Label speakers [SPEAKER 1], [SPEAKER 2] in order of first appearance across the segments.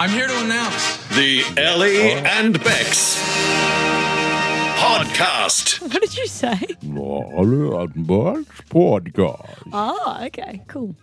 [SPEAKER 1] I'm here to announce.
[SPEAKER 2] The Ellie and Bex podcast.
[SPEAKER 3] What did you say?
[SPEAKER 4] podcast.
[SPEAKER 3] Oh, okay, cool.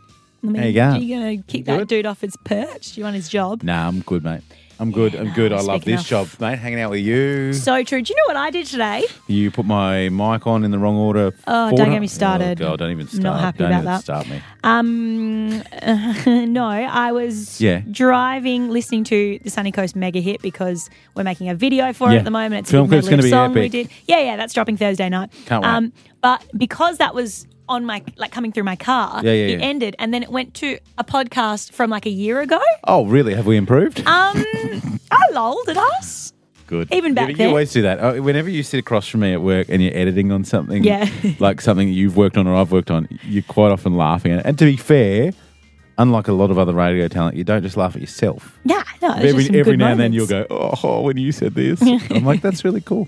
[SPEAKER 3] I mean,
[SPEAKER 4] There you go.
[SPEAKER 3] Are you going to kick that
[SPEAKER 4] Good.
[SPEAKER 3] dude off his perch? Do you want his job?
[SPEAKER 4] Nah, I'm good, mate. I'm good. I'm good.
[SPEAKER 3] nah,
[SPEAKER 4] I love
[SPEAKER 3] speaking
[SPEAKER 4] this
[SPEAKER 3] of-
[SPEAKER 4] job, mate. Hanging out with you.
[SPEAKER 3] So true. Do you know what I did today?
[SPEAKER 4] You put my mic on in the wrong order.
[SPEAKER 3] Oh,
[SPEAKER 4] four
[SPEAKER 3] don't
[SPEAKER 4] ti-
[SPEAKER 3] get me started.
[SPEAKER 4] Oh, God, don't even
[SPEAKER 3] Not
[SPEAKER 4] start.
[SPEAKER 3] happy
[SPEAKER 4] don't
[SPEAKER 3] about
[SPEAKER 4] even
[SPEAKER 3] that.
[SPEAKER 4] start me.
[SPEAKER 3] Um, no, I was
[SPEAKER 4] Yeah.
[SPEAKER 3] driving, listening to the Sunny Coast mega hit because we're making a video for
[SPEAKER 4] Yeah.
[SPEAKER 3] it at the moment. It's
[SPEAKER 4] Film
[SPEAKER 3] a big
[SPEAKER 4] clip's
[SPEAKER 3] medley of
[SPEAKER 4] gonna be
[SPEAKER 3] song we
[SPEAKER 4] epic.
[SPEAKER 3] did. Yeah, yeah, that's dropping Thursday night. Um,
[SPEAKER 4] Can't wait.
[SPEAKER 3] but because that was on my like coming through my car,
[SPEAKER 4] Yeah, yeah,
[SPEAKER 3] it
[SPEAKER 4] yeah.
[SPEAKER 3] ended, and then it went to a podcast from like a year ago.
[SPEAKER 4] Oh, really? Have we improved?
[SPEAKER 3] Um, I lolled at us.
[SPEAKER 4] Good.
[SPEAKER 3] even back
[SPEAKER 4] yeah, but
[SPEAKER 3] then-
[SPEAKER 4] You always do that. Oh, Whenever you sit across from me at work and you're editing on something,
[SPEAKER 3] Yeah.
[SPEAKER 4] like something that you've worked on or I've worked on, you're quite often laughing at it. And to be fair, unlike a lot of other radio talent, you don't just laugh at yourself.
[SPEAKER 3] Yeah, no, it was just
[SPEAKER 4] Every,
[SPEAKER 3] some
[SPEAKER 4] every
[SPEAKER 3] good
[SPEAKER 4] now and then
[SPEAKER 3] moments.
[SPEAKER 4] you'll go, oh, when you said this. I'm like, that's really cool.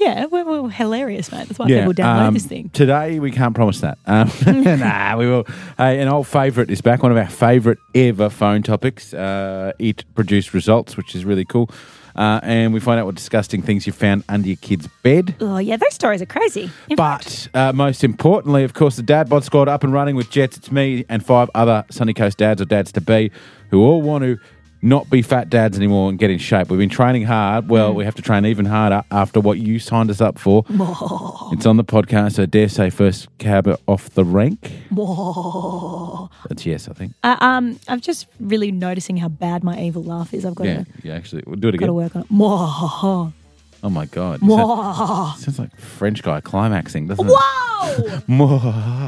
[SPEAKER 3] Yeah, we're, we're hilarious, mate. That's why people download
[SPEAKER 4] um,
[SPEAKER 3] this thing.
[SPEAKER 4] Today, we can't promise that. Um, nah, we will. Hey, an old favourite is back, one of our favourite ever phone topics. Uh, it produced results, which is really cool. Uh, and we find out what disgusting things you found under your kid's bed.
[SPEAKER 3] Oh yeah, those stories are crazy. In fact,
[SPEAKER 4] But uh, most importantly, of course, the Dad Bod Squad up and running with Jets. It's me and five other Sunny Coast dads or dads to be who all want to not be fat dads anymore and get in shape. We've been training hard.
[SPEAKER 3] Mm.
[SPEAKER 4] Well, we have to train even harder after what you signed us up for. It's on the podcast, so dare say first cab off the rank. That's yes, I think.
[SPEAKER 3] uh, um, I'm just really noticing how bad my evil laugh is. I've got
[SPEAKER 4] yeah,
[SPEAKER 3] to
[SPEAKER 4] yeah, actually. We'll do it
[SPEAKER 3] got to
[SPEAKER 4] again.
[SPEAKER 3] work on it. Whoa!
[SPEAKER 4] Oh my God. It sounds, sounds like French guy climaxing, doesn't it?
[SPEAKER 3] Whoa!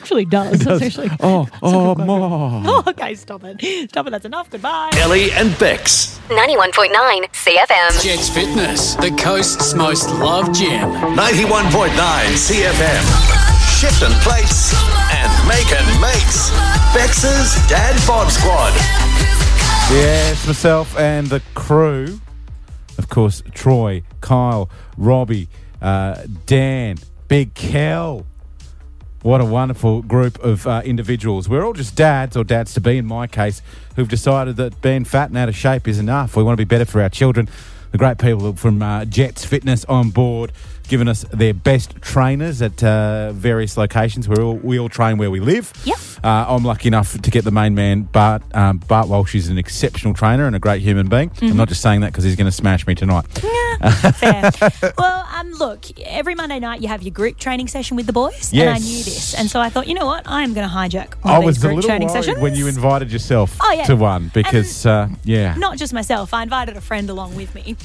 [SPEAKER 3] Actually, does. That's actually.
[SPEAKER 4] Oh, oh, more.
[SPEAKER 3] Oh, okay, stop it. Stop it. That's enough. Goodbye.
[SPEAKER 2] Ellie and Bex.
[SPEAKER 5] 91.9 CFM.
[SPEAKER 1] Jets Fitness, the coast's most loved gym.
[SPEAKER 2] 91.9 CFM. Shipton Plates and Macon Mates. Bex's Dad Bod Squad.
[SPEAKER 4] Yes, myself and the crew. Of course, Troy, Kyle, Robbie, uh, Dan, Big Kel. What a wonderful group of uh, individuals. We're all just dads, or dads to be in my case, who've decided that being fat and out of shape is enough. We want to be better for our children. The great people from uh, Jets Fitness on board, giving us their best trainers at uh, various locations. We're all, we all train where we live.
[SPEAKER 3] Yep.
[SPEAKER 4] Uh, I'm lucky enough to get the main man, Bart. Um, Bart Walsh is an exceptional trainer and a great human being.
[SPEAKER 3] Mm-hmm.
[SPEAKER 4] I'm not just saying that because he's going to smash me tonight.
[SPEAKER 3] Fair. well, um, look, every Monday night you have your group training session with the boys, and I
[SPEAKER 4] Yes.
[SPEAKER 3] knew this, and so I thought, you know what, I am going to hijack one
[SPEAKER 4] I
[SPEAKER 3] of these
[SPEAKER 4] was a
[SPEAKER 3] group
[SPEAKER 4] little
[SPEAKER 3] training
[SPEAKER 4] worried
[SPEAKER 3] sessions
[SPEAKER 4] when you invited yourself
[SPEAKER 3] Oh, yeah.
[SPEAKER 4] to one because, uh, yeah.
[SPEAKER 3] Not just myself, I invited a friend along with me.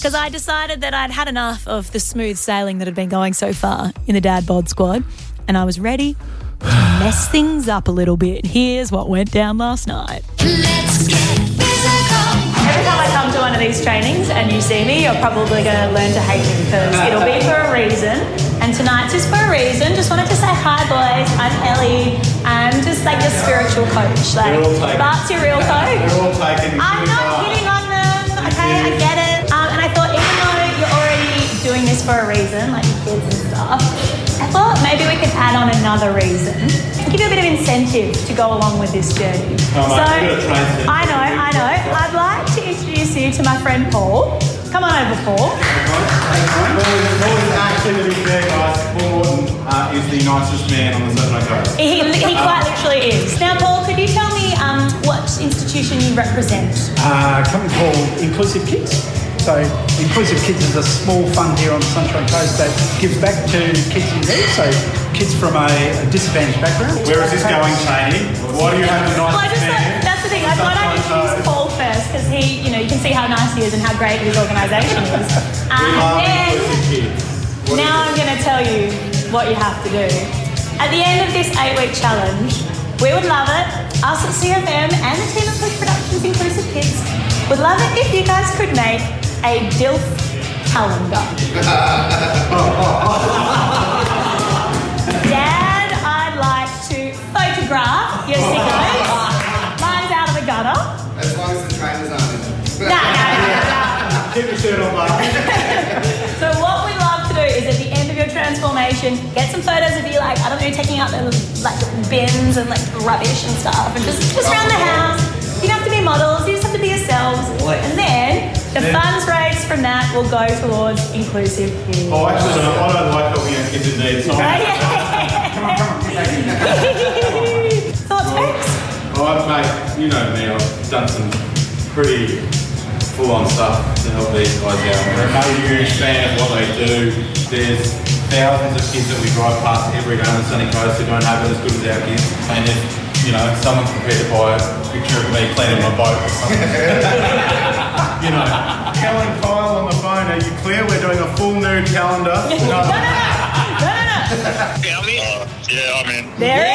[SPEAKER 3] Because I decided that I'd had enough of the smooth sailing that had been going so far in the dad bod squad, and I was ready to mess things up a little bit. Here's what went down last night.
[SPEAKER 6] Let's get physical.
[SPEAKER 3] Every time I come to one of these trainings and you see me, you're probably going to learn to hate me because it'll be for a reason. And tonight's is for a reason. Just wanted to say hi, boys. I'm Ellie. I'm just like your spiritual coach. Like, Bart's your real coach. I'm not hitting on them. Okay, I get it. Um, and I thought, even though you're already doing this for a reason, like kids and stuff, I thought maybe we could add on another reason. Give you a bit of incentive to go along with this journey. so, I know, I know. I'd like to introduce you to my friend Paul. Come on over, Paul.
[SPEAKER 7] uh, is the nicest man on the Sunshine Coast.
[SPEAKER 3] He, he quite literally is. Now, Paul, could you tell me um, what institution you represent?
[SPEAKER 8] uh, company called Inclusive Kids. So Inclusive Kids is a small fund here on the Sunshine Coast that gives back to kids in need, so kids from a, a disadvantaged background.
[SPEAKER 7] Where is this going, Cheney? Why do you have the
[SPEAKER 3] Well, I
[SPEAKER 7] nicest
[SPEAKER 3] just thought,
[SPEAKER 7] man?
[SPEAKER 3] that's the thing. I thought I'd introduce Paul first because he, you know, you can see how nice he is and how great his organisation is. And then now I'm going to tell you what you have to do. At the end of this eight-week challenge, we would love it. Us at CFM and the team at Push Productions Inclusive Kids would love it if you guys could make a DILF calendar. Dad, I'd like to photograph your sickos. Mine's out of the gutter.
[SPEAKER 9] As long as the trainers aren't in.
[SPEAKER 3] No, no, no, no.
[SPEAKER 7] Keep your shirt on, mate.
[SPEAKER 3] So what we love to do is at the end of your transformation, get some photos of you like, I don't know, taking out the like bins and like rubbish and stuff and just just around the house. You don't have to be models, you just have to be yourself. will go towards inclusive community.
[SPEAKER 7] Oh, actually, no, I don't like helping our kids in need. So
[SPEAKER 3] Oh,
[SPEAKER 7] I'm,
[SPEAKER 3] yeah. Thoughts, Bex?
[SPEAKER 7] oh, mate, you know me. I've done some pretty full-on stuff to help these guys out. We're a no huge fan of what they do. There's thousands of kids that we drive past every day on the sunny coast who don't have it as good as our kids. And if you know, if someone's prepared to buy a picture of me cleaning my boat or something. you know, telling Kyle on the phone, are you clear? We're doing a full nude calendar.
[SPEAKER 3] No, no, no. No, no, no.
[SPEAKER 10] yeah, I'm in.
[SPEAKER 3] There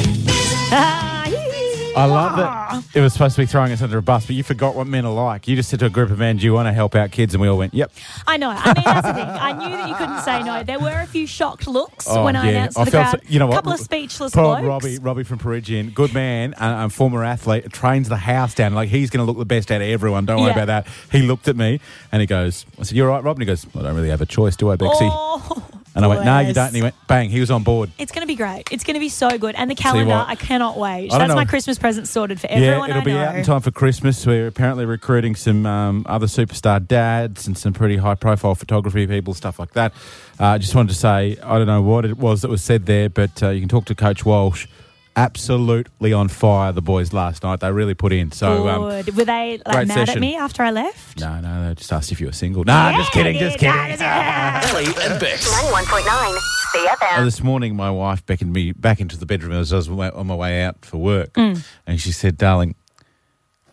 [SPEAKER 3] it is.
[SPEAKER 4] I love that it was supposed to be throwing us under a bus, but you forgot what men are like. You just said to a group of men, Do you want to help out kids? And we all went, Yep.
[SPEAKER 3] I know. I mean, that's the thing. I knew that you couldn't say no. There were a few shocked looks
[SPEAKER 4] Oh,
[SPEAKER 3] when I
[SPEAKER 4] yeah.
[SPEAKER 3] announced to the
[SPEAKER 4] felt
[SPEAKER 3] crowd.
[SPEAKER 4] so- you know what?
[SPEAKER 3] couple of speechless
[SPEAKER 4] Poor
[SPEAKER 3] blokes.
[SPEAKER 4] Robbie, Robbie from Perigian, good man, uh, um, former athlete, trains the house down. Like he's going to look the best out of everyone. Don't worry
[SPEAKER 3] Yeah.
[SPEAKER 4] about that. He looked at me and he goes, "I said, you're right, Rob." And he goes, "I don't really have a choice, do I, Bexy?"
[SPEAKER 3] Oh,
[SPEAKER 4] and I went, "No, you
[SPEAKER 3] bless.
[SPEAKER 4] don't." And he went, "Bang!" He was on board.
[SPEAKER 3] It's going to be great. It's going to be so good. And the
[SPEAKER 4] you
[SPEAKER 3] calendar,
[SPEAKER 4] what.
[SPEAKER 3] I cannot wait.
[SPEAKER 4] I don't
[SPEAKER 3] That's
[SPEAKER 4] know.
[SPEAKER 3] my Christmas present sorted for everyone
[SPEAKER 4] yeah, it'll
[SPEAKER 3] I
[SPEAKER 4] be
[SPEAKER 3] know.
[SPEAKER 4] out in time for Christmas. We're apparently recruiting some um, other superstar dads and some pretty high profile photography people, stuff like that. I uh, just wanted to say, I don't know what it was that was said there, but uh, you can talk to Coach Walsh. Absolutely on fire, the boys last night. They really put in. So, um,
[SPEAKER 3] Good. Were they like,
[SPEAKER 4] great
[SPEAKER 3] mad at
[SPEAKER 4] session.
[SPEAKER 3] me after I left?
[SPEAKER 4] no, no, they just asked if you were single. No, I'm just kidding, just kidding.
[SPEAKER 2] Ellie and Bex.
[SPEAKER 5] 91.9
[SPEAKER 4] Uh,
[SPEAKER 5] CFM.
[SPEAKER 4] this morning, my wife beckoned me back into the bedroom as I was wa- on my way out for work.
[SPEAKER 3] Mm.
[SPEAKER 4] And she said, Darling,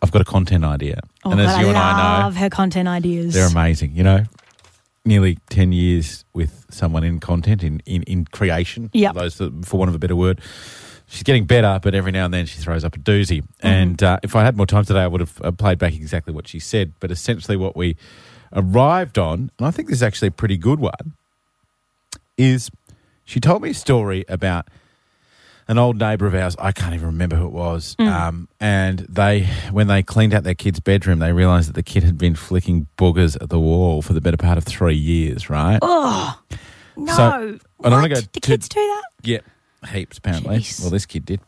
[SPEAKER 4] I've got a content idea.
[SPEAKER 3] Oh,
[SPEAKER 4] and as
[SPEAKER 3] God,
[SPEAKER 4] you
[SPEAKER 3] I
[SPEAKER 4] and I know,
[SPEAKER 3] love her content ideas.
[SPEAKER 4] They're amazing, you know. Nearly ten years with someone in content in in, in creation.
[SPEAKER 3] Yep.
[SPEAKER 4] for those that, for want of a better word. She's getting better, but every now and then she throws up a doozy. And uh, if I had more time today, I would have uh, played back exactly what she said. But essentially, what we arrived on, and I think this is actually a pretty good one, is she told me a story about an old neighbour of ours. I can't even remember who it was. Um, and they, when they cleaned out their kid's bedroom, they realised that the kid had been flicking boogers at the wall for the better part of three years. Right?
[SPEAKER 3] no.
[SPEAKER 4] So, I
[SPEAKER 3] what?
[SPEAKER 4] don't wanna go
[SPEAKER 3] Do
[SPEAKER 4] too-
[SPEAKER 3] kids do that?
[SPEAKER 4] Yeah, heaps apparently.
[SPEAKER 3] Jeez.
[SPEAKER 4] Well, this kid did.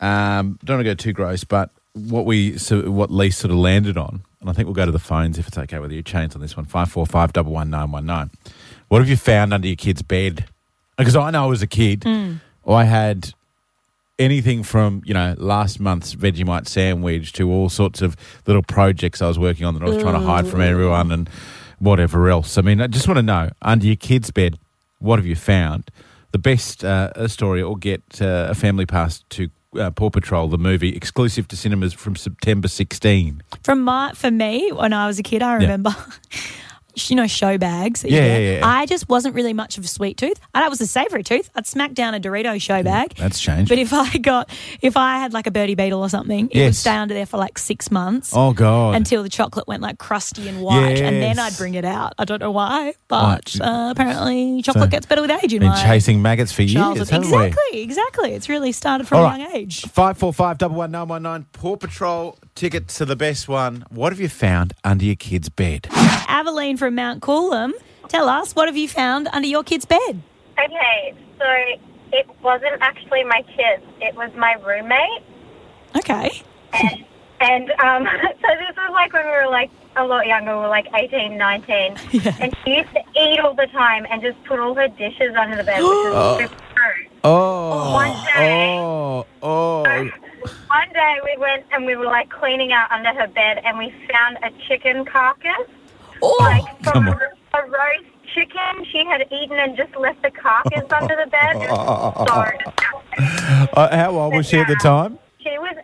[SPEAKER 4] Um, don't want to go too gross, but what we so what Lee sort of landed on, and I think we'll go to the phones if it's okay with you. Chains on this one five four five double one nine one nine. What have you found under your kid's bed? Because I know as a kid, I had anything from you know last month's Vegemite sandwich to all sorts of little projects I was working on that I was trying to hide from
[SPEAKER 3] Mm.
[SPEAKER 4] everyone and whatever else. I mean, I just want to know under your kid's bed, what have you found? The best uh, story or get uh, a family pass to uh, Paw Patrol, the movie, exclusive to cinemas from September 16.
[SPEAKER 3] From my, for me, when I was a kid, I remember. You know, show bags. that you
[SPEAKER 4] Yeah,
[SPEAKER 3] get.
[SPEAKER 4] yeah, yeah.
[SPEAKER 3] I just wasn't really much of a sweet tooth. I that was a savoury tooth. I'd smack down a Dorito show bag.
[SPEAKER 4] That's changed.
[SPEAKER 3] But if I got, if I had like a birdie beetle or something, it would
[SPEAKER 4] Yes.
[SPEAKER 3] stay under there for like six months
[SPEAKER 4] Oh, God.
[SPEAKER 3] until the chocolate went like crusty and white, and then
[SPEAKER 4] Yes.
[SPEAKER 3] I'd bring it out. I don't know why, but
[SPEAKER 4] Oh,
[SPEAKER 3] uh, apparently chocolate gets better with age. In
[SPEAKER 4] been
[SPEAKER 3] my
[SPEAKER 4] chasing maggots for years,
[SPEAKER 3] childhood.
[SPEAKER 4] haven't we?
[SPEAKER 3] exactly, exactly. It's really started from
[SPEAKER 4] All
[SPEAKER 3] a
[SPEAKER 4] right.
[SPEAKER 3] young age.
[SPEAKER 4] Five four five double one nine one nine. Paw Patrol ticket to the best one. What have you found under your kid's bed?
[SPEAKER 3] Aveline from Mount Coolum, tell us what have you found under your kid's bed?
[SPEAKER 11] Okay, so it wasn't actually my kids. It was my roommate.
[SPEAKER 3] Okay.
[SPEAKER 11] And um, so this was like when we were like a lot younger, we were like 18, 19. And she used to eat all the time and just put all her dishes under the bed, which was just true.
[SPEAKER 4] Oh,
[SPEAKER 11] One day.
[SPEAKER 4] oh, oh.
[SPEAKER 11] One day we went and we were like cleaning out under her bed and we found a chicken carcass.
[SPEAKER 3] Oh,
[SPEAKER 11] Like from
[SPEAKER 4] come
[SPEAKER 11] a,
[SPEAKER 4] on.
[SPEAKER 11] a roast chicken she had eaten and just left the carcass under the bed. It was so disgusting.
[SPEAKER 4] Uh, how old was she at the time?
[SPEAKER 11] She was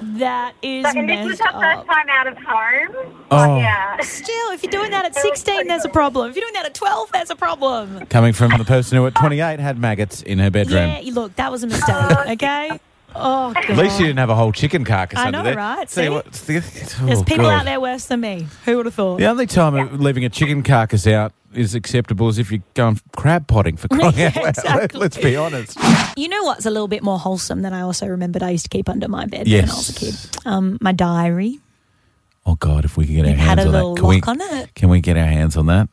[SPEAKER 11] 18.
[SPEAKER 3] that is
[SPEAKER 11] So, and this was
[SPEAKER 3] messed
[SPEAKER 11] her
[SPEAKER 3] up.
[SPEAKER 11] first time out of home.
[SPEAKER 4] Oh.
[SPEAKER 11] Yeah.
[SPEAKER 3] Still, if you're doing that at 16, there's a problem. If you're doing that at 12, there's a problem.
[SPEAKER 4] Coming from the person who at 28 had maggots in her bedroom.
[SPEAKER 3] Yeah, you- look, that was a
[SPEAKER 11] Uh,
[SPEAKER 3] mistake, okay? Oh, God.
[SPEAKER 4] At least she didn't have a whole chicken carcass
[SPEAKER 3] I
[SPEAKER 4] under
[SPEAKER 3] know,
[SPEAKER 4] there.
[SPEAKER 3] right?
[SPEAKER 4] Tell you
[SPEAKER 3] See?
[SPEAKER 4] what, it's the- it's-
[SPEAKER 3] There's
[SPEAKER 4] oh,
[SPEAKER 3] people
[SPEAKER 4] God.
[SPEAKER 3] out there worse than me. Who would have thought?
[SPEAKER 4] The only time leaving a chicken carcass out is acceptable is if you're going crab potting for crying
[SPEAKER 3] Yeah,
[SPEAKER 4] out loud.
[SPEAKER 3] exactly.
[SPEAKER 4] Let's be honest.
[SPEAKER 3] You know what's a little bit more wholesome than I also remembered I used to keep under my bed when I was a kid?
[SPEAKER 4] Yes.
[SPEAKER 3] Um, my diary.
[SPEAKER 4] Oh God, if we could get our
[SPEAKER 3] It had
[SPEAKER 4] hands
[SPEAKER 3] a little
[SPEAKER 4] on that, can we,
[SPEAKER 3] lock on it.
[SPEAKER 4] can we get our hands on that?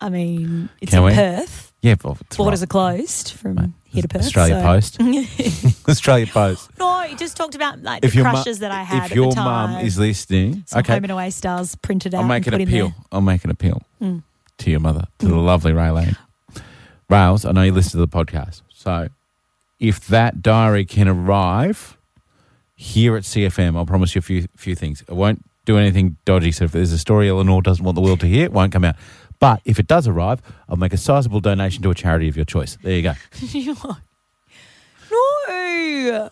[SPEAKER 3] I mean, it's
[SPEAKER 4] Can
[SPEAKER 3] in
[SPEAKER 4] we?
[SPEAKER 3] Perth.
[SPEAKER 4] Yeah, well, it's
[SPEAKER 3] Borders
[SPEAKER 4] right.
[SPEAKER 3] are closed from here to Perth.
[SPEAKER 4] Australia
[SPEAKER 3] so-
[SPEAKER 4] Post. Australia Post.
[SPEAKER 3] No, he just talked about like
[SPEAKER 4] If
[SPEAKER 3] the
[SPEAKER 4] your mu-
[SPEAKER 3] crushes that I had.
[SPEAKER 4] If
[SPEAKER 3] at
[SPEAKER 4] your
[SPEAKER 3] the time.
[SPEAKER 4] mum is listening,
[SPEAKER 3] Some
[SPEAKER 4] okay,
[SPEAKER 3] home and away stars printed out.
[SPEAKER 4] I'll make an
[SPEAKER 3] and put in Hmm.
[SPEAKER 4] appeal. I'll make an appeal
[SPEAKER 3] there. Mm.
[SPEAKER 4] to your mother, to the lovely Raylene. Rails, I know you listen to the podcast, so if that diary can arrive here at CFM, I'll promise you a few few things. It won't do anything dodgy. So if there's a story Eleanor doesn't want the world to hear, it won't come out. But if it does arrive, I'll make a sizable donation to a charity of your choice. There you go.
[SPEAKER 3] no.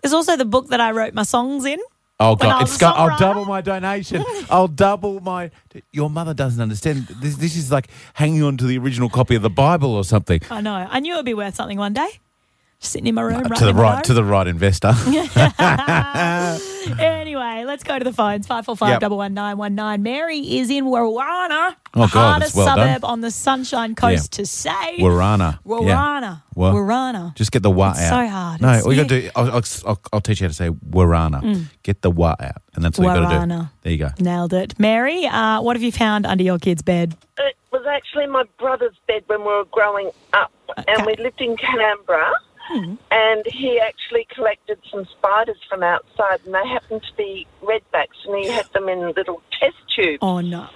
[SPEAKER 3] There's also the book that I wrote my songs in.
[SPEAKER 4] Oh
[SPEAKER 3] When I
[SPEAKER 4] god,
[SPEAKER 3] was
[SPEAKER 4] it's
[SPEAKER 3] a
[SPEAKER 4] got. I'll
[SPEAKER 3] songwriter.
[SPEAKER 4] double my donation. I'll double my. Your mother doesn't understand. This, this is like hanging on to the original copy of the Bible or something.
[SPEAKER 3] I know. I knew it would be worth something one day. Just sitting in my room.
[SPEAKER 4] Uh, to the right, to the right investor.
[SPEAKER 3] anyway, let's go to the phones. Five four five
[SPEAKER 4] Yep.
[SPEAKER 3] double one nine one nine. Mary is in Warwana,
[SPEAKER 4] Oh,
[SPEAKER 3] the
[SPEAKER 4] God,
[SPEAKER 3] hardest
[SPEAKER 4] it's well done.
[SPEAKER 3] suburb on the Sunshine Coast to say.
[SPEAKER 4] Warana. Yeah.
[SPEAKER 3] Warana.
[SPEAKER 4] Wa-
[SPEAKER 3] Warana.
[SPEAKER 4] Just get the wa
[SPEAKER 3] It's
[SPEAKER 4] out.
[SPEAKER 3] so hard.
[SPEAKER 4] No,
[SPEAKER 3] It's-
[SPEAKER 4] all you got to do. I'll, I'll, I'll, I'll teach you how to say Warana.
[SPEAKER 3] Mm.
[SPEAKER 4] Get the wa out, and that's all you got to do.
[SPEAKER 3] Warana.
[SPEAKER 4] There you go.
[SPEAKER 3] Nailed it. Mary, uh, what have you found under your kid's bed?
[SPEAKER 12] It was actually my brother's bed when we were growing up, and we lived in Canberra.
[SPEAKER 3] Hmm.
[SPEAKER 12] And he actually collected some spiders from outside, and they happened to be redbacks, and he had them in little test tubes.
[SPEAKER 3] Oh, no.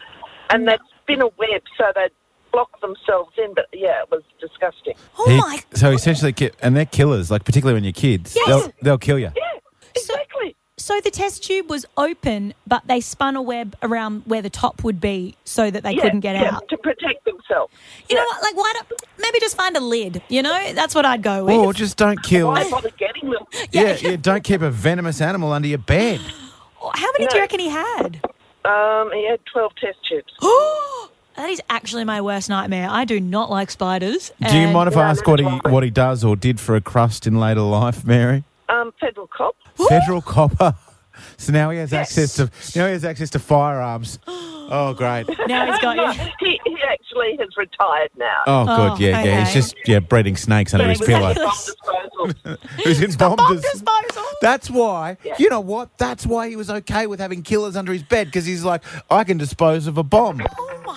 [SPEAKER 12] And they'd spin a web, so they'd block themselves in. But yeah, it was disgusting.
[SPEAKER 4] Oh my So essentially, ki- and they're killers. Like particularly when you're kids,
[SPEAKER 3] Yes.
[SPEAKER 4] they'll, they'll kill you.
[SPEAKER 3] Exactly. So, so the test tube was open, but they spun a web around where the top would be so that they
[SPEAKER 12] Yeah,
[SPEAKER 3] couldn't get
[SPEAKER 12] yeah,
[SPEAKER 3] out.
[SPEAKER 12] to protect themselves.
[SPEAKER 3] You know what? Like, why don't maybe just find a lid? You know, that's what I'd go with.
[SPEAKER 4] Or just don't kill.
[SPEAKER 3] Why
[SPEAKER 12] bother getting them?
[SPEAKER 4] Yeah, yeah, don't keep a venomous animal under your bed.
[SPEAKER 3] How many do you reckon he had?
[SPEAKER 12] Um, he had twelve test tubes.
[SPEAKER 3] that is actually my worst nightmare. I do not like spiders.
[SPEAKER 4] Do you
[SPEAKER 3] and-
[SPEAKER 4] mind if I ask what he what he does or did for a crust in later life, Mary?
[SPEAKER 12] Um, federal cop.
[SPEAKER 4] Federal copper. So now he has access to now he has access to firearms. Oh, great.
[SPEAKER 3] Now he's got
[SPEAKER 12] No, he, he actually has retired now.
[SPEAKER 4] Oh, good. Yeah, yeah. He's just yeah breeding snakes under
[SPEAKER 12] But
[SPEAKER 4] his
[SPEAKER 12] he was
[SPEAKER 4] pillow.
[SPEAKER 12] at the bomb disposal.
[SPEAKER 4] He's in bomb dis- That's why.
[SPEAKER 12] Yeah.
[SPEAKER 4] You know what? That's why he was okay with having killers under his bed because he's like, I can dispose of a bomb.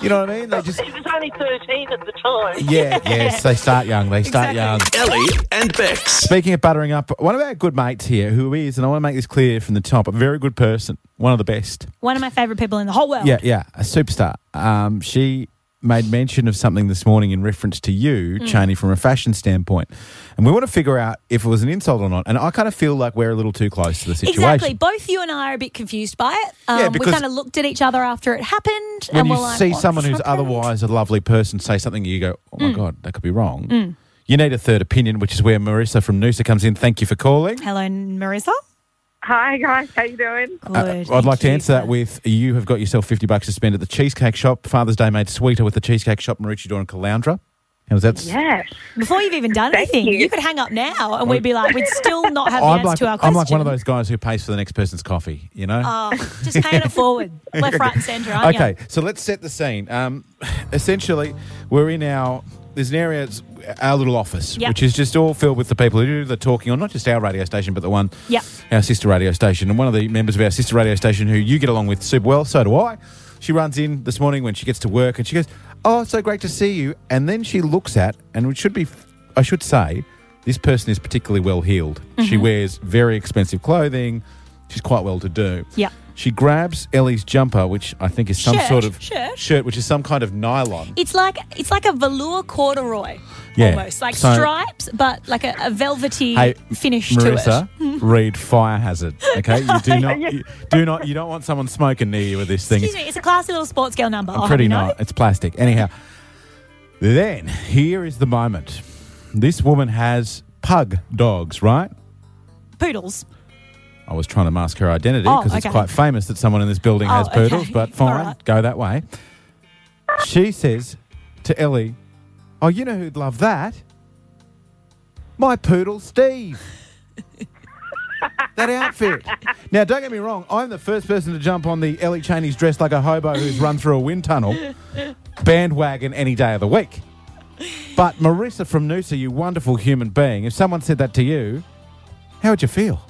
[SPEAKER 4] you know what I mean? They just
[SPEAKER 12] He was only 13 at the time.
[SPEAKER 4] yeah, yes. They start young. They start young.
[SPEAKER 2] Ellie and Bex.
[SPEAKER 4] Speaking of buttering up, one of our good mates here, who is, and I want to make this clear from the top, a very good person, one of the best.
[SPEAKER 3] One of my favourite people in the whole world.
[SPEAKER 4] Yeah, yeah, a superstar. Um, she made mention of something this morning in reference to you,
[SPEAKER 3] Mm.
[SPEAKER 4] Cheney, from a fashion standpoint, and we want to figure out if it was an insult or not. And I kind of feel like we're a little too close to the situation.
[SPEAKER 3] Exactly. Both you and I are a bit confused by it. Um,
[SPEAKER 4] Yeah,
[SPEAKER 3] we
[SPEAKER 4] because-
[SPEAKER 3] kind of looked at each other after it happened.
[SPEAKER 4] When
[SPEAKER 3] and uh,
[SPEAKER 4] you
[SPEAKER 3] we're like,
[SPEAKER 4] see
[SPEAKER 3] "What
[SPEAKER 4] someone
[SPEAKER 3] the
[SPEAKER 4] who's
[SPEAKER 3] fuck?"
[SPEAKER 4] otherwise a lovely person say something, you go, "Oh my
[SPEAKER 3] Mm.
[SPEAKER 4] god, that could be wrong."
[SPEAKER 3] Mm.
[SPEAKER 4] You need a third opinion, which is where Marissa from Noosa comes in. Thank you for calling. Uh,
[SPEAKER 3] Hello, Marissa.
[SPEAKER 13] Hi guys, how you doing?
[SPEAKER 4] Uh, I'd like to answer that with you have got yourself 50 bucks to spend at the Cheesecake Shop. Father's Day made sweeter with the Cheesecake Shop, Maroochydore and Caloundra. How's that?
[SPEAKER 13] Yes.
[SPEAKER 3] Before you've even done anything, you. could hang up now and we'd be like, we'd still not have the
[SPEAKER 4] I'm
[SPEAKER 3] answer
[SPEAKER 4] like,
[SPEAKER 3] to our
[SPEAKER 4] I'm
[SPEAKER 3] question.
[SPEAKER 4] like one of those guys who pays for the next person's coffee, you know?
[SPEAKER 3] Oh, just paying it forward, left, right, and centre, aren't
[SPEAKER 4] okay,
[SPEAKER 3] you?
[SPEAKER 4] so let's set the scene. Um, essentially, we're in our there's an area, it's our little office,
[SPEAKER 3] Yep.
[SPEAKER 4] which is just all filled with the people who do the talking on not just our radio station, but the one
[SPEAKER 3] Yep.
[SPEAKER 4] our sister radio station. And one of the members of our sister radio station who you get along with super well, so do I. She runs in this morning when she gets to work and she goes, Oh, it's so great to see you. And then she looks at, and it should be, I should say, this person is particularly well heeled. She
[SPEAKER 14] Mhm.
[SPEAKER 4] wears very expensive clothing. She's quite well to do.
[SPEAKER 14] Yeah.
[SPEAKER 4] She grabs Ellie's jumper, which I think is some
[SPEAKER 3] Shirt,
[SPEAKER 4] sort of
[SPEAKER 3] shirt.
[SPEAKER 4] which is some kind of nylon.
[SPEAKER 3] It's like it's like a velour corduroy,
[SPEAKER 4] Yeah.
[SPEAKER 3] almost like
[SPEAKER 4] So-
[SPEAKER 3] stripes, but like a, a velvety finish
[SPEAKER 4] Marissa,
[SPEAKER 3] to it.
[SPEAKER 4] read fire hazard. Okay, you do not, you do not, you don't want someone smoking near you with this thing.
[SPEAKER 3] Excuse me, it's a classy little sports girl number. Oh, I'll have
[SPEAKER 4] I'm pretty
[SPEAKER 3] you know.
[SPEAKER 4] not. It's plastic. Anyhow, then here is the moment. This woman has pug dogs, right?
[SPEAKER 3] Poodles.
[SPEAKER 4] I was trying to mask her identity
[SPEAKER 3] Oh,
[SPEAKER 4] because it's
[SPEAKER 3] okay.
[SPEAKER 4] quite famous that someone in this building
[SPEAKER 3] Oh,
[SPEAKER 4] has poodles,
[SPEAKER 3] okay.
[SPEAKER 4] but fine, go that way. She says to Ellie, Oh, you know who'd love that? My poodle, Steve. that outfit. Now, don't get me wrong, I'm the first person to jump on the Ellie Cheney's dressed like a hobo who's run through a wind tunnel bandwagon any day of the week. But Marissa from Noosa, you wonderful human being, if someone said that to you, how would you feel?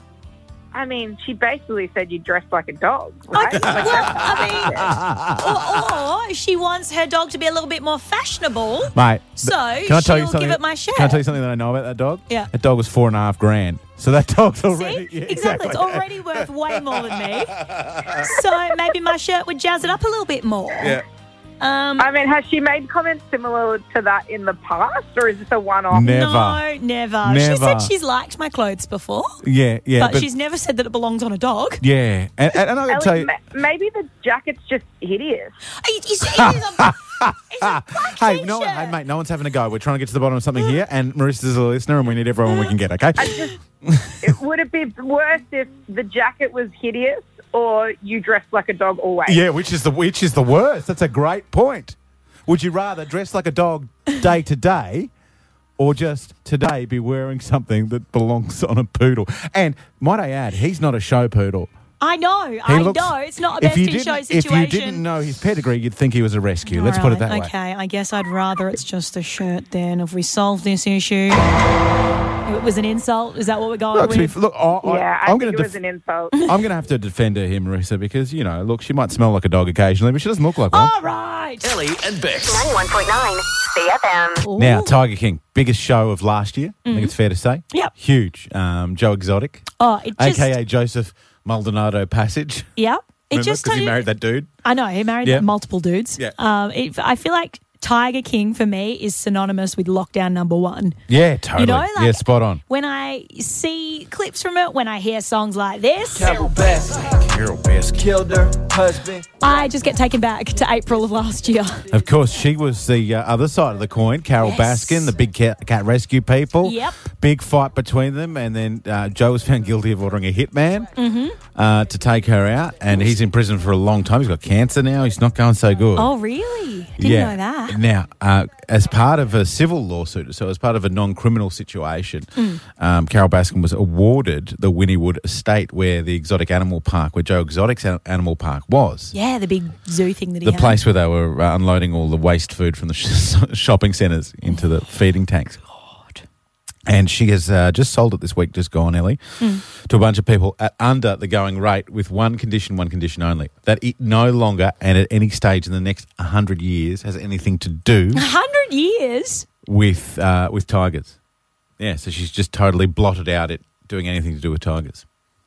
[SPEAKER 13] Um, I mean, she basically said you dressed like a dog, right?
[SPEAKER 3] Like, I mean, or, or she wants her dog to be a little bit more fashionable.
[SPEAKER 4] Mate,
[SPEAKER 3] So,
[SPEAKER 4] th- can I tell you
[SPEAKER 3] she'll
[SPEAKER 4] something?
[SPEAKER 3] give it my share.
[SPEAKER 4] Can I tell you something that I know about that dog?
[SPEAKER 3] Yeah.
[SPEAKER 4] That dog was four and a half grand. So that dog's already.
[SPEAKER 3] See? exactly. It's already worth way more than me. So maybe my shirt would jazz it up a little bit more.
[SPEAKER 4] Yeah.
[SPEAKER 3] Um,
[SPEAKER 13] I mean, has she made comments similar to that in the past, or is this a one-off?
[SPEAKER 4] Never.
[SPEAKER 3] No, never. She
[SPEAKER 4] Never.
[SPEAKER 3] said she's liked my clothes before.
[SPEAKER 4] Yeah, yeah.
[SPEAKER 3] but, she's never said that it belongs on a dog.
[SPEAKER 4] Yeah. And, and, and I can tell
[SPEAKER 13] Ellie,
[SPEAKER 4] you.
[SPEAKER 13] ma- maybe the jacket's just hideous.
[SPEAKER 4] Hey, no, one- hey, mate, no one's having a go. We're trying to get to the bottom of something here, and Marissa's a listener, and we need everyone we can get, okay?
[SPEAKER 13] I just, it, would it be worse if the jacket was hideous or you dressed like a dog always?
[SPEAKER 4] Yeah, which is the which is the worst. That's a great point. Would you rather dress like a dog day to day, or just today be wearing something that belongs on a poodle? And might I add, he's not a show poodle.
[SPEAKER 3] I know.
[SPEAKER 4] He
[SPEAKER 3] I
[SPEAKER 4] looks-
[SPEAKER 3] know. It's not a
[SPEAKER 4] if
[SPEAKER 3] best
[SPEAKER 4] you
[SPEAKER 3] in show
[SPEAKER 4] didn't-
[SPEAKER 3] situation.
[SPEAKER 4] If you didn't know his pedigree, you'd think he was a rescue. Let's put it that
[SPEAKER 3] Alright,
[SPEAKER 4] way.
[SPEAKER 3] Okay, I guess I'd rather it's just a shirt then. If we solve this issue, it was an insult. Is that what we're going
[SPEAKER 4] Look, to be
[SPEAKER 3] with?
[SPEAKER 4] f- look, I, I,
[SPEAKER 13] Yeah, I
[SPEAKER 4] I'm going
[SPEAKER 13] think
[SPEAKER 4] to
[SPEAKER 13] it was an insult.
[SPEAKER 4] I'm going to have to defend her here, Marissa, because you know, look, she might smell like a dog occasionally, but she doesn't look like one.
[SPEAKER 3] All right.
[SPEAKER 2] Ellie and Bex.
[SPEAKER 5] 91.9
[SPEAKER 3] Oh.
[SPEAKER 5] CFM.
[SPEAKER 4] Now, Tiger King, biggest show of last year. I think it's fair to say.
[SPEAKER 3] Mm-hmm. Yep.
[SPEAKER 4] Huge. Um, Joe Exotic,
[SPEAKER 3] Oh, it just
[SPEAKER 4] aka Joseph Maldonado Passage.
[SPEAKER 3] yeah. It
[SPEAKER 4] Remember?
[SPEAKER 3] just
[SPEAKER 4] 'Cause he
[SPEAKER 3] totally-
[SPEAKER 4] married that dude.
[SPEAKER 3] I know he married
[SPEAKER 4] Yeah.
[SPEAKER 3] multiple dudes.
[SPEAKER 4] Yeah.
[SPEAKER 3] Um, it, I feel like Tiger King for me is synonymous with lockdown number one.
[SPEAKER 4] Yeah, totally.
[SPEAKER 3] know, like-
[SPEAKER 4] yeah, spot on.
[SPEAKER 3] When I see clips from it, when I hear songs like this,
[SPEAKER 4] Carol Baskin.
[SPEAKER 14] Killed her husband.
[SPEAKER 3] I just get taken back to April of last year.
[SPEAKER 4] Of course, she was the uh, other side of the coin. Carol
[SPEAKER 3] Yes.
[SPEAKER 4] Baskin, the big cat, cat rescue people.
[SPEAKER 3] Yep.
[SPEAKER 4] Big fight between them, and then uh, Joe was found guilty of ordering a hitman
[SPEAKER 3] Mm-hmm.
[SPEAKER 4] uh, to take her out, and he's in prison for a long time. He's got cancer now. He's not going so good.
[SPEAKER 3] Oh, really? Didn't know that.
[SPEAKER 4] Now, uh, as part of a civil lawsuit, so as part of a non-criminal situation,
[SPEAKER 3] Mm.
[SPEAKER 4] um, Carol Baskin was awarded the Winniewood Estate, where the exotic animal park, where Joe Exotic's an- animal park was.
[SPEAKER 3] Yeah, the big zoo thing that he
[SPEAKER 4] The
[SPEAKER 3] had.
[SPEAKER 4] place where they were uh, unloading all the waste food from the sh- shopping centres into the feeding tanks. God. And she has uh, just sold it this week, just gone, Ellie,
[SPEAKER 15] Mm.
[SPEAKER 4] to a bunch of people at under the going rate with one condition, one condition only that it no longer and at any stage in the next 100 years has anything to do
[SPEAKER 3] A hundred years.
[SPEAKER 4] with, uh, with tigers. Yeah, so she's just totally blotted out it doing anything to do with tigers,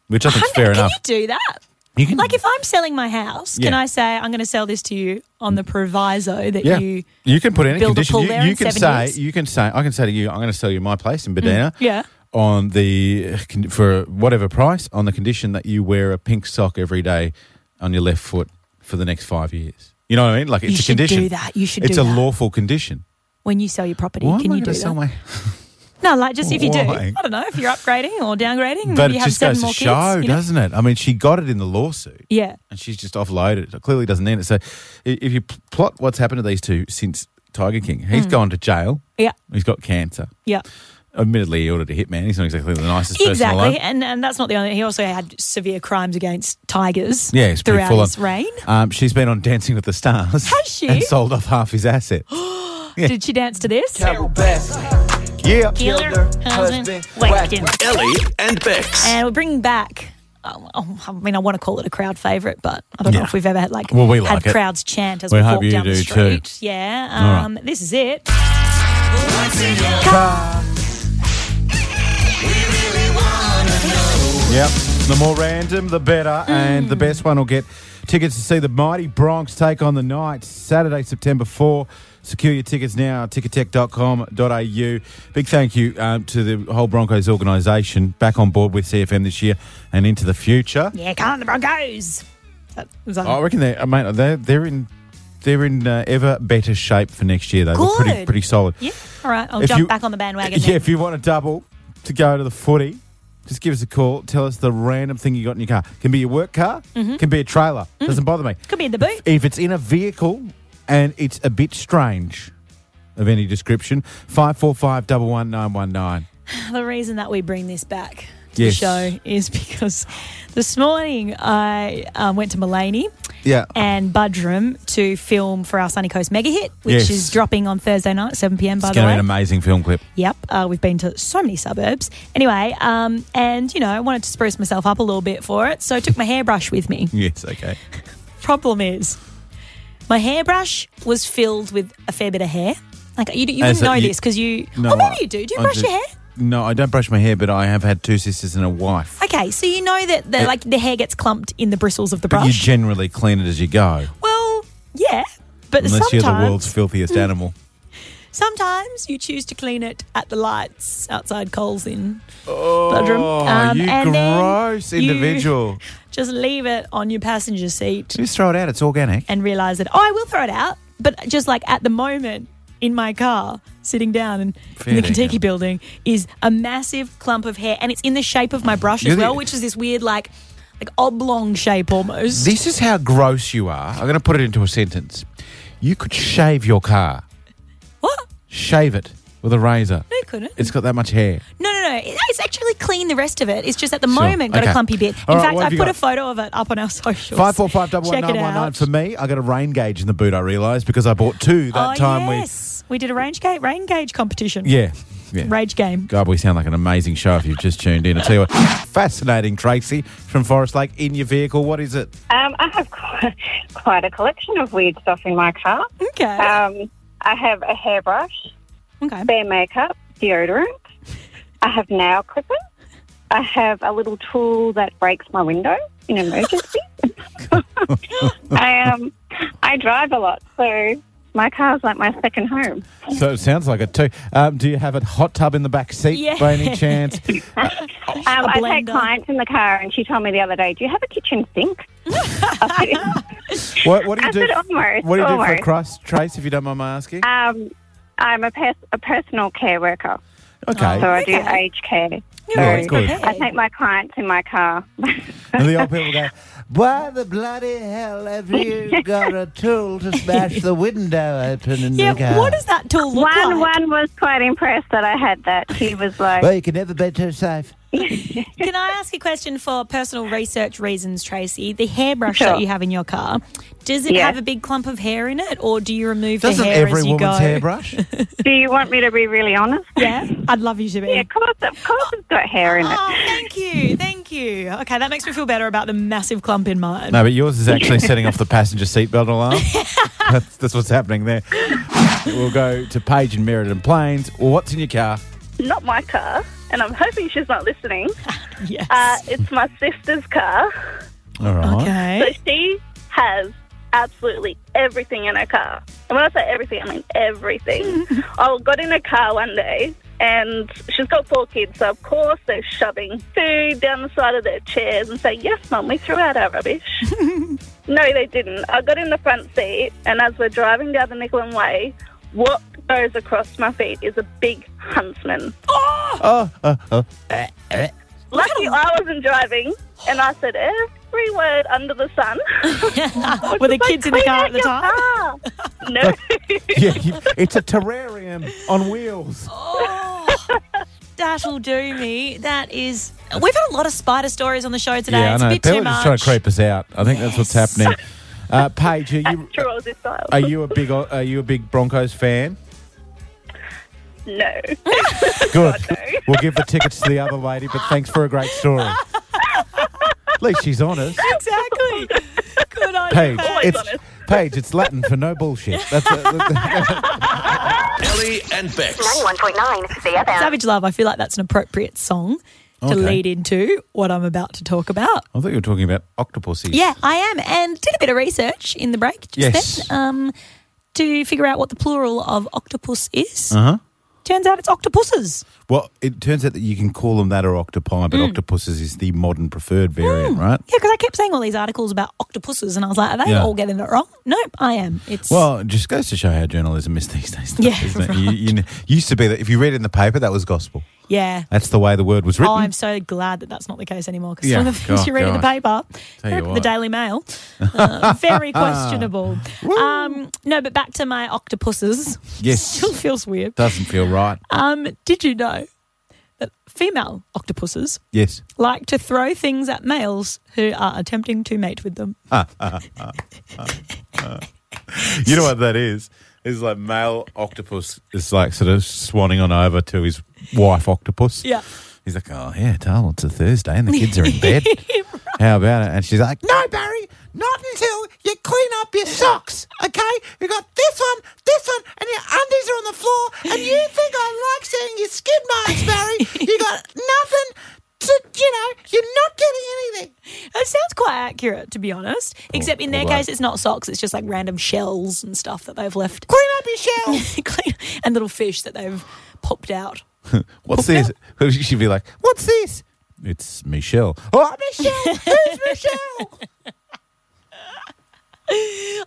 [SPEAKER 4] which I think's fair
[SPEAKER 3] Can
[SPEAKER 4] enough.
[SPEAKER 3] you do that?
[SPEAKER 4] You can-
[SPEAKER 3] like if I'm selling my house, can
[SPEAKER 4] Yeah.
[SPEAKER 3] I say I'm going to sell this to you on the proviso that
[SPEAKER 4] yeah.
[SPEAKER 3] you?
[SPEAKER 4] can put any
[SPEAKER 3] build a
[SPEAKER 4] condition.
[SPEAKER 3] pool
[SPEAKER 4] you,
[SPEAKER 3] there
[SPEAKER 4] you
[SPEAKER 3] in
[SPEAKER 4] can
[SPEAKER 3] seven
[SPEAKER 4] say
[SPEAKER 3] years. Mm.
[SPEAKER 4] you can say I can say to you I'm going to sell you my place in Bedina
[SPEAKER 3] Yeah.
[SPEAKER 4] on the for whatever price on the condition that you wear a pink sock every day on your left foot for the next 5 years. You know what I mean? Like
[SPEAKER 3] You
[SPEAKER 4] it's a
[SPEAKER 3] should do
[SPEAKER 4] condition.
[SPEAKER 3] that. You should
[SPEAKER 4] It's
[SPEAKER 3] do
[SPEAKER 4] a
[SPEAKER 3] that.
[SPEAKER 4] lawful condition.
[SPEAKER 3] When you sell your property,
[SPEAKER 4] Why
[SPEAKER 3] can
[SPEAKER 4] am I
[SPEAKER 3] you do
[SPEAKER 4] gonna
[SPEAKER 3] that?
[SPEAKER 4] sell my
[SPEAKER 3] No, like just if you do,
[SPEAKER 4] Why?
[SPEAKER 3] I don't know if you're upgrading or downgrading.
[SPEAKER 4] But
[SPEAKER 3] maybe Hmm, you
[SPEAKER 4] it
[SPEAKER 3] have
[SPEAKER 4] just
[SPEAKER 3] seven
[SPEAKER 4] goes to
[SPEAKER 3] more
[SPEAKER 4] show,
[SPEAKER 3] kids, you know?
[SPEAKER 4] doesn't it? I mean, she got it in the lawsuit.
[SPEAKER 3] Yeah.
[SPEAKER 4] and she's just offloaded. It clearly doesn't need it. So, i- if you pl- plot what's happened to these two since Tiger King, he's
[SPEAKER 3] Mm.
[SPEAKER 4] gone to jail.
[SPEAKER 3] Yeah.
[SPEAKER 4] He's got cancer.
[SPEAKER 3] Yeah.
[SPEAKER 4] Admittedly, he ordered a hitman. He's not exactly the nicest person
[SPEAKER 3] Exactly,
[SPEAKER 4] alive.
[SPEAKER 3] and and that's not the only. He also had severe crimes against tigers.
[SPEAKER 4] Yeah, it's pretty
[SPEAKER 3] throughout
[SPEAKER 4] full
[SPEAKER 3] his
[SPEAKER 4] on.
[SPEAKER 3] reign.
[SPEAKER 4] Um, she's been on Dancing with the Stars. Has
[SPEAKER 3] she?
[SPEAKER 4] And sold off half his assets. Yeah.
[SPEAKER 3] Did she dance to this?
[SPEAKER 4] yeah.
[SPEAKER 3] Killer husband, Wacken.
[SPEAKER 2] Ellie and Bex.
[SPEAKER 3] And we're bringing back. Oh, oh, I mean, I want to call it a crowd favourite, but I don't know
[SPEAKER 4] Yeah.
[SPEAKER 3] if we've ever had like
[SPEAKER 4] Well, we like
[SPEAKER 3] had
[SPEAKER 4] it.
[SPEAKER 3] crowds chant as
[SPEAKER 4] We
[SPEAKER 3] we,
[SPEAKER 4] hope
[SPEAKER 3] walk
[SPEAKER 4] you
[SPEAKER 3] down the
[SPEAKER 4] do
[SPEAKER 3] street.
[SPEAKER 4] too. All
[SPEAKER 3] Yeah,
[SPEAKER 4] right.
[SPEAKER 3] um, this is it.
[SPEAKER 4] Yep. The more random, the better,
[SPEAKER 3] Mm.
[SPEAKER 4] and the best one will get tickets to see the mighty Bronx take on the night Saturday, September 4. Secure your tickets now at tickettech.com.au. Big thank you um, to the whole Broncos organisation back on board with CFM this year and into the future.
[SPEAKER 3] Yeah, come on, the Broncos. That was on.
[SPEAKER 4] I reckon they, uh, mate, they're, they're in they're in uh, ever better shape for next year. They look pretty
[SPEAKER 3] Good.
[SPEAKER 4] pretty solid.
[SPEAKER 3] Yeah, all right, I'll
[SPEAKER 4] If
[SPEAKER 3] jump
[SPEAKER 4] you-
[SPEAKER 3] back on the bandwagon.
[SPEAKER 4] Yeah,
[SPEAKER 3] then.
[SPEAKER 4] if you want a double to go to the footy, just give us a call. Tell us the random thing you got in your car. Can be your work car,
[SPEAKER 3] Mhm.
[SPEAKER 4] can be a trailer.
[SPEAKER 3] Mm.
[SPEAKER 4] Doesn't bother me.
[SPEAKER 3] Could be in the boot.
[SPEAKER 4] If it's in a vehicle and it's a bit strange of any description, 545 11919.
[SPEAKER 3] The reason that we bring this back to
[SPEAKER 4] Yes.
[SPEAKER 3] the show is because this morning I um, went to Mullaney
[SPEAKER 4] Yeah.
[SPEAKER 3] and Budroom to film for our Sunny Coast mega hit, which
[SPEAKER 4] Yes.
[SPEAKER 3] is dropping on Thursday night, 7 p.m. By
[SPEAKER 4] It's
[SPEAKER 3] the
[SPEAKER 4] going to
[SPEAKER 3] way,
[SPEAKER 4] be an amazing film clip.
[SPEAKER 3] Yep, uh, we've been to so many suburbs. Anyway, um, and you know, I wanted to spruce myself up a little bit for it, so I took my hairbrush with me.
[SPEAKER 4] Yes, okay.
[SPEAKER 3] Problem is, my hairbrush was filled with a fair bit of hair. Like you, you
[SPEAKER 4] As
[SPEAKER 3] wouldn't
[SPEAKER 4] a-
[SPEAKER 3] know
[SPEAKER 4] you-
[SPEAKER 3] this because you,
[SPEAKER 4] No,
[SPEAKER 3] or maybe
[SPEAKER 4] I-
[SPEAKER 3] you do. Do you
[SPEAKER 4] I
[SPEAKER 3] brush
[SPEAKER 4] do-
[SPEAKER 3] your hair?
[SPEAKER 4] No, I don't brush my hair, but I have had two sisters and a wife.
[SPEAKER 3] Okay, so you know that the,
[SPEAKER 4] It-
[SPEAKER 3] like the hair gets clumped in the bristles of the
[SPEAKER 4] Uh, But you
[SPEAKER 3] brush.
[SPEAKER 4] generally clean it as you go,
[SPEAKER 3] well, yeah, but
[SPEAKER 4] unless
[SPEAKER 3] sometimes Mm.
[SPEAKER 4] you're the world's filthiest animal.
[SPEAKER 3] sometimes you choose to clean it at the lights outside Coles in
[SPEAKER 4] Oh,
[SPEAKER 3] Budrum.
[SPEAKER 4] you
[SPEAKER 3] Um, then
[SPEAKER 4] gross
[SPEAKER 3] you
[SPEAKER 4] individual.
[SPEAKER 3] Just leave it on your passenger seat
[SPEAKER 4] Just throw it out. It's organic.
[SPEAKER 3] and realize that, oh, I will throw it out. But just like at the moment in my car, sitting down and in
[SPEAKER 4] Fair
[SPEAKER 3] the
[SPEAKER 4] dinkum.
[SPEAKER 3] Kentucky building, is a massive clump of hair. And it's in the shape of my brush
[SPEAKER 4] You're
[SPEAKER 3] as
[SPEAKER 4] the-
[SPEAKER 3] well, which is this weird, like, like oblong shape almost.
[SPEAKER 4] This is how gross you are. I'm going to put it into a sentence. You could shave your car.
[SPEAKER 3] What?
[SPEAKER 4] Shave it with a razor.
[SPEAKER 3] No, you couldn't.
[SPEAKER 4] It's got that much hair.
[SPEAKER 3] No, no, no. It- It's actually clean, the rest of it. It's just at the
[SPEAKER 4] Sure.
[SPEAKER 3] moment got
[SPEAKER 4] Okay.
[SPEAKER 3] a clumpy bit. In
[SPEAKER 4] All right,
[SPEAKER 3] fact,
[SPEAKER 4] what
[SPEAKER 3] I
[SPEAKER 4] have
[SPEAKER 3] put
[SPEAKER 4] you got?
[SPEAKER 3] a photo of it up on our socials.
[SPEAKER 4] Five four five double one
[SPEAKER 3] Check it
[SPEAKER 4] nine one nine
[SPEAKER 3] out.
[SPEAKER 4] for me. I got a rain gauge in the boot. I realised because I bought two that
[SPEAKER 3] oh,
[SPEAKER 4] time.
[SPEAKER 3] yes. We... did a range gate, rain gauge competition.
[SPEAKER 4] We yeah yeah.
[SPEAKER 3] Rage game.
[SPEAKER 4] God, we sound like an amazing show if you've just tuned in. I tell you what, fascinating Tracy from Forest Lake in your vehicle. What is it?
[SPEAKER 5] Um, I have quite, quite a collection of weird stuff in my car.
[SPEAKER 3] Okay.
[SPEAKER 5] Um, I have a hairbrush,
[SPEAKER 3] okay.
[SPEAKER 5] bare makeup, deodorant. I have nail clippers. I have a little tool that breaks my window in emergency. I um, I drive a lot, so my car's like my second home.
[SPEAKER 4] So it sounds like it too. Um, do you have a hot tub in the back seat
[SPEAKER 5] Yeah.
[SPEAKER 4] by any chance?
[SPEAKER 5] Um, I take clients in the car, and she told me the other day, "Do you have a kitchen sink?"
[SPEAKER 4] What, what do
[SPEAKER 5] I
[SPEAKER 4] you do?
[SPEAKER 5] said almost,
[SPEAKER 4] what do you do for a
[SPEAKER 5] almost.
[SPEAKER 4] crust, Trace? If you don't mind my asking.
[SPEAKER 11] Uh,
[SPEAKER 5] Um, I'm a, pers- a personal care worker.
[SPEAKER 4] Okay.
[SPEAKER 5] So I do
[SPEAKER 4] Okay.
[SPEAKER 5] aged care.
[SPEAKER 4] Yeah,
[SPEAKER 5] so
[SPEAKER 4] good.
[SPEAKER 5] I take my clients in my car.
[SPEAKER 4] and the old people go, "Why the bloody hell have you got a tool to smash the window open in the car?"
[SPEAKER 3] that tool
[SPEAKER 5] look one, like? One was quite impressed that I had that. He was like,
[SPEAKER 4] Well, you can never be too safe.
[SPEAKER 3] Can I ask a question for personal research reasons, Tracy? The hairbrush
[SPEAKER 5] Sure.
[SPEAKER 3] that you have in your car, does it
[SPEAKER 5] Yeah.
[SPEAKER 3] have a big clump of hair in it, or do you remove
[SPEAKER 4] Doesn't
[SPEAKER 3] the hair
[SPEAKER 4] every
[SPEAKER 3] as you
[SPEAKER 4] woman's
[SPEAKER 3] go?
[SPEAKER 4] hairbrush?
[SPEAKER 5] Do you want me to be really honest?
[SPEAKER 3] Yeah, I'd love you to be. Yeah, of
[SPEAKER 5] course, of course, it's got hair in it.
[SPEAKER 3] Oh, thank you, thank you. Okay, that makes me feel better about the massive clump in mine.
[SPEAKER 4] No, but yours is actually setting off the passenger seatbelt alarm. that's, that's what's happening there. We'll go to Paige in Meriden Plains. What's in your car?
[SPEAKER 11] Not my car, and I'm hoping she's not listening.
[SPEAKER 3] yes.
[SPEAKER 11] Uh, it's my sister's car.
[SPEAKER 4] All right.
[SPEAKER 3] Eh?
[SPEAKER 11] So she has absolutely everything in her car. And when I say everything, I mean everything. I got in her car one day and she's got four kids, so of course they're shoving food down the side of their chairs and saying, Yes, Mum, we threw out our rubbish. no, they didn't. I got in the front seat and as we're driving down the Nicklin Way, what goes across my feet is a big huntsman.
[SPEAKER 4] Oh, oh, oh. Eh, eh.
[SPEAKER 11] Lucky I wasn't driving, and I said every word under the sun.
[SPEAKER 3] Were the
[SPEAKER 11] Just like,
[SPEAKER 3] kids in the
[SPEAKER 11] "Clean
[SPEAKER 3] car
[SPEAKER 11] out
[SPEAKER 3] at the
[SPEAKER 11] your
[SPEAKER 3] time?"
[SPEAKER 11] car. no.
[SPEAKER 4] Yeah, you- it's a terrarium on wheels.
[SPEAKER 3] Oh, That'll do me. That is. We've had a lot of spider stories on the show today.
[SPEAKER 4] yeah, I
[SPEAKER 3] it's
[SPEAKER 4] know.
[SPEAKER 3] a bit too
[SPEAKER 4] People are just
[SPEAKER 3] much.
[SPEAKER 4] trying to creep us out. I think that's what's happening. Uh, Paige, are you
[SPEAKER 11] True this style.
[SPEAKER 4] are you a big are you a big Broncos fan?
[SPEAKER 11] No.
[SPEAKER 4] Good. We'll give the tickets to the other lady, but thanks for a great story. At least she's honest.
[SPEAKER 3] Exactly. Good on
[SPEAKER 4] Paige,
[SPEAKER 3] you,
[SPEAKER 4] it's Paige, it's Latin for no bullshit. That's a,
[SPEAKER 2] Ellie and Bex.
[SPEAKER 16] 91.9 CFM.
[SPEAKER 3] Savage Love, I feel like that's an appropriate song to
[SPEAKER 4] Okay.
[SPEAKER 3] lead into what I'm about to talk about.
[SPEAKER 4] I thought you were talking about octopuses.
[SPEAKER 3] Yeah, I am. And did a bit of research in the break just
[SPEAKER 4] Yes.
[SPEAKER 3] then um, to figure out what the plural of octopus is.
[SPEAKER 4] Uh huh.
[SPEAKER 3] Turns out it's octopuses.
[SPEAKER 4] Well, it turns out that you can call them that or octopi,
[SPEAKER 3] Mm.
[SPEAKER 4] but octopuses is the modern preferred variant, right?
[SPEAKER 3] Yeah, because I kept saying all these articles about octopuses, and I was like, are they
[SPEAKER 4] Yeah.
[SPEAKER 3] all getting it wrong? Nope, I am. It's
[SPEAKER 4] Well, it just goes to show how journalism is these days. though,
[SPEAKER 3] Yeah,
[SPEAKER 4] isn't it? You, you kn- used to be that if you read it in the paper, that was gospel.
[SPEAKER 3] yeah.
[SPEAKER 4] That's the way the word was uh, written.
[SPEAKER 3] Oh, I'm so glad that that's not the case anymore because
[SPEAKER 4] Yeah.
[SPEAKER 3] some of the things
[SPEAKER 4] God,
[SPEAKER 3] you read in the
[SPEAKER 4] gosh.
[SPEAKER 3] paper,
[SPEAKER 4] Tell you
[SPEAKER 3] the
[SPEAKER 4] what.
[SPEAKER 3] Daily Mail, uh, very questionable. um, no, but back to my octopuses.
[SPEAKER 4] Yes.
[SPEAKER 3] Still feels weird. uh,
[SPEAKER 4] Doesn't feel right.
[SPEAKER 3] Um, did you know that female octopuses
[SPEAKER 4] Yes.
[SPEAKER 3] like to throw things at males who are attempting to mate with them.
[SPEAKER 4] Ah, ah, ah, ah, ah. you know what that is? It's like male octopus is like sort of swanning on over to his wife octopus.
[SPEAKER 3] Yeah.
[SPEAKER 4] He's like, oh, yeah, Tal, it's a Thursday and the kids are in bed. How about it? And she's like, no, Barry, not until you clean up your socks, okay? You got this one, this one, and your undies are on the floor, and you think I like seeing your skid marks, Barry. You got nothing to, you know, you're not getting anything. Oh,
[SPEAKER 3] It sounds quite accurate, to be honest. Except in their
[SPEAKER 4] although-
[SPEAKER 3] case, it's not socks; it's just like random shells and stuff that they've left.
[SPEAKER 4] Clean up your shells
[SPEAKER 3] Clean- and little fish that they've popped out.
[SPEAKER 4] What's this? She'd be like, what's this? It's Michelle. Oh, Michelle! Who's Michelle?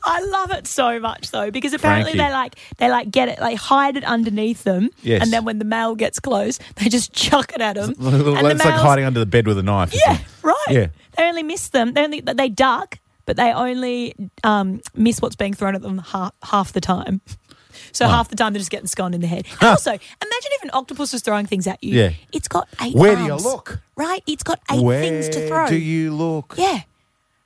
[SPEAKER 3] I love it so much though because apparently
[SPEAKER 4] Frankie.
[SPEAKER 3] they like they like get it they hide it underneath them
[SPEAKER 4] Yes.
[SPEAKER 3] and then when the male gets close they just chuck it at him
[SPEAKER 4] It's like hiding under the bed with a knife. or
[SPEAKER 3] yeah
[SPEAKER 4] something.
[SPEAKER 3] right
[SPEAKER 4] Yeah.
[SPEAKER 3] they only miss them they only they duck but they only um, miss what's being thrown at them half, half the time so half the time they're just getting sconed in the head and also imagine if an octopus was throwing things at you
[SPEAKER 4] Yeah.
[SPEAKER 3] it's got eight
[SPEAKER 4] Where do you
[SPEAKER 3] arms,
[SPEAKER 4] look?
[SPEAKER 3] right it's got eight
[SPEAKER 4] Where
[SPEAKER 3] things to throw
[SPEAKER 4] do you look?
[SPEAKER 3] yeah.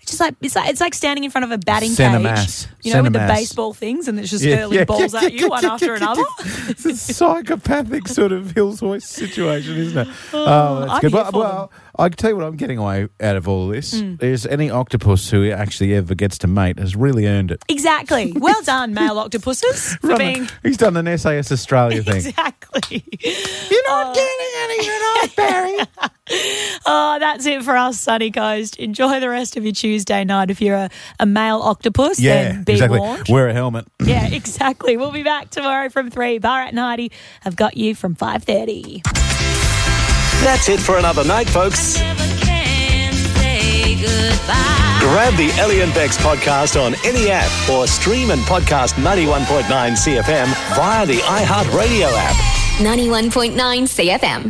[SPEAKER 3] It's just like it's like it's like standing in front of a batting
[SPEAKER 4] Send 'em
[SPEAKER 3] cage.
[SPEAKER 4] ass.
[SPEAKER 3] You know,
[SPEAKER 4] Send
[SPEAKER 3] with
[SPEAKER 4] 'em
[SPEAKER 3] the
[SPEAKER 4] ass.
[SPEAKER 3] baseball things and it's just
[SPEAKER 4] Yeah,
[SPEAKER 3] hurling
[SPEAKER 4] yeah,
[SPEAKER 3] balls
[SPEAKER 4] yeah,
[SPEAKER 3] at you
[SPEAKER 4] yeah,
[SPEAKER 3] one
[SPEAKER 4] yeah,
[SPEAKER 3] after
[SPEAKER 4] yeah,
[SPEAKER 3] another.
[SPEAKER 4] It's a psychopathic sort of Hills Hoist situation, isn't it? Oh, that's
[SPEAKER 3] I'm
[SPEAKER 4] good.
[SPEAKER 3] here
[SPEAKER 4] Well,
[SPEAKER 3] for Mm.
[SPEAKER 4] well, I can tell you what I'm getting away out of all this is any octopus who actually ever gets to mate has really earned it.
[SPEAKER 3] Exactly. Well done, male octopuses, for
[SPEAKER 4] Run
[SPEAKER 3] being
[SPEAKER 4] the- he's done an SAS Australia thing.
[SPEAKER 3] exactly. Uh,
[SPEAKER 4] You're not getting any tonight, Barry.
[SPEAKER 3] Oh, that's it for us, Sunny Coast. Enjoy the rest of your Tuesday night. If you're a, a male octopus,
[SPEAKER 4] Yeah,
[SPEAKER 3] then be
[SPEAKER 4] exactly.
[SPEAKER 3] warned.
[SPEAKER 4] Wear a helmet.
[SPEAKER 3] yeah, exactly. We'll be back tomorrow from three. Bar at ninety. I've got you from five thirty.
[SPEAKER 2] That's it for another night, folks. Grab the Ellie and Bex podcast on any app or stream and podcast 91.9 CFM via the iHeartRadio app.
[SPEAKER 5] 91.9 CFM.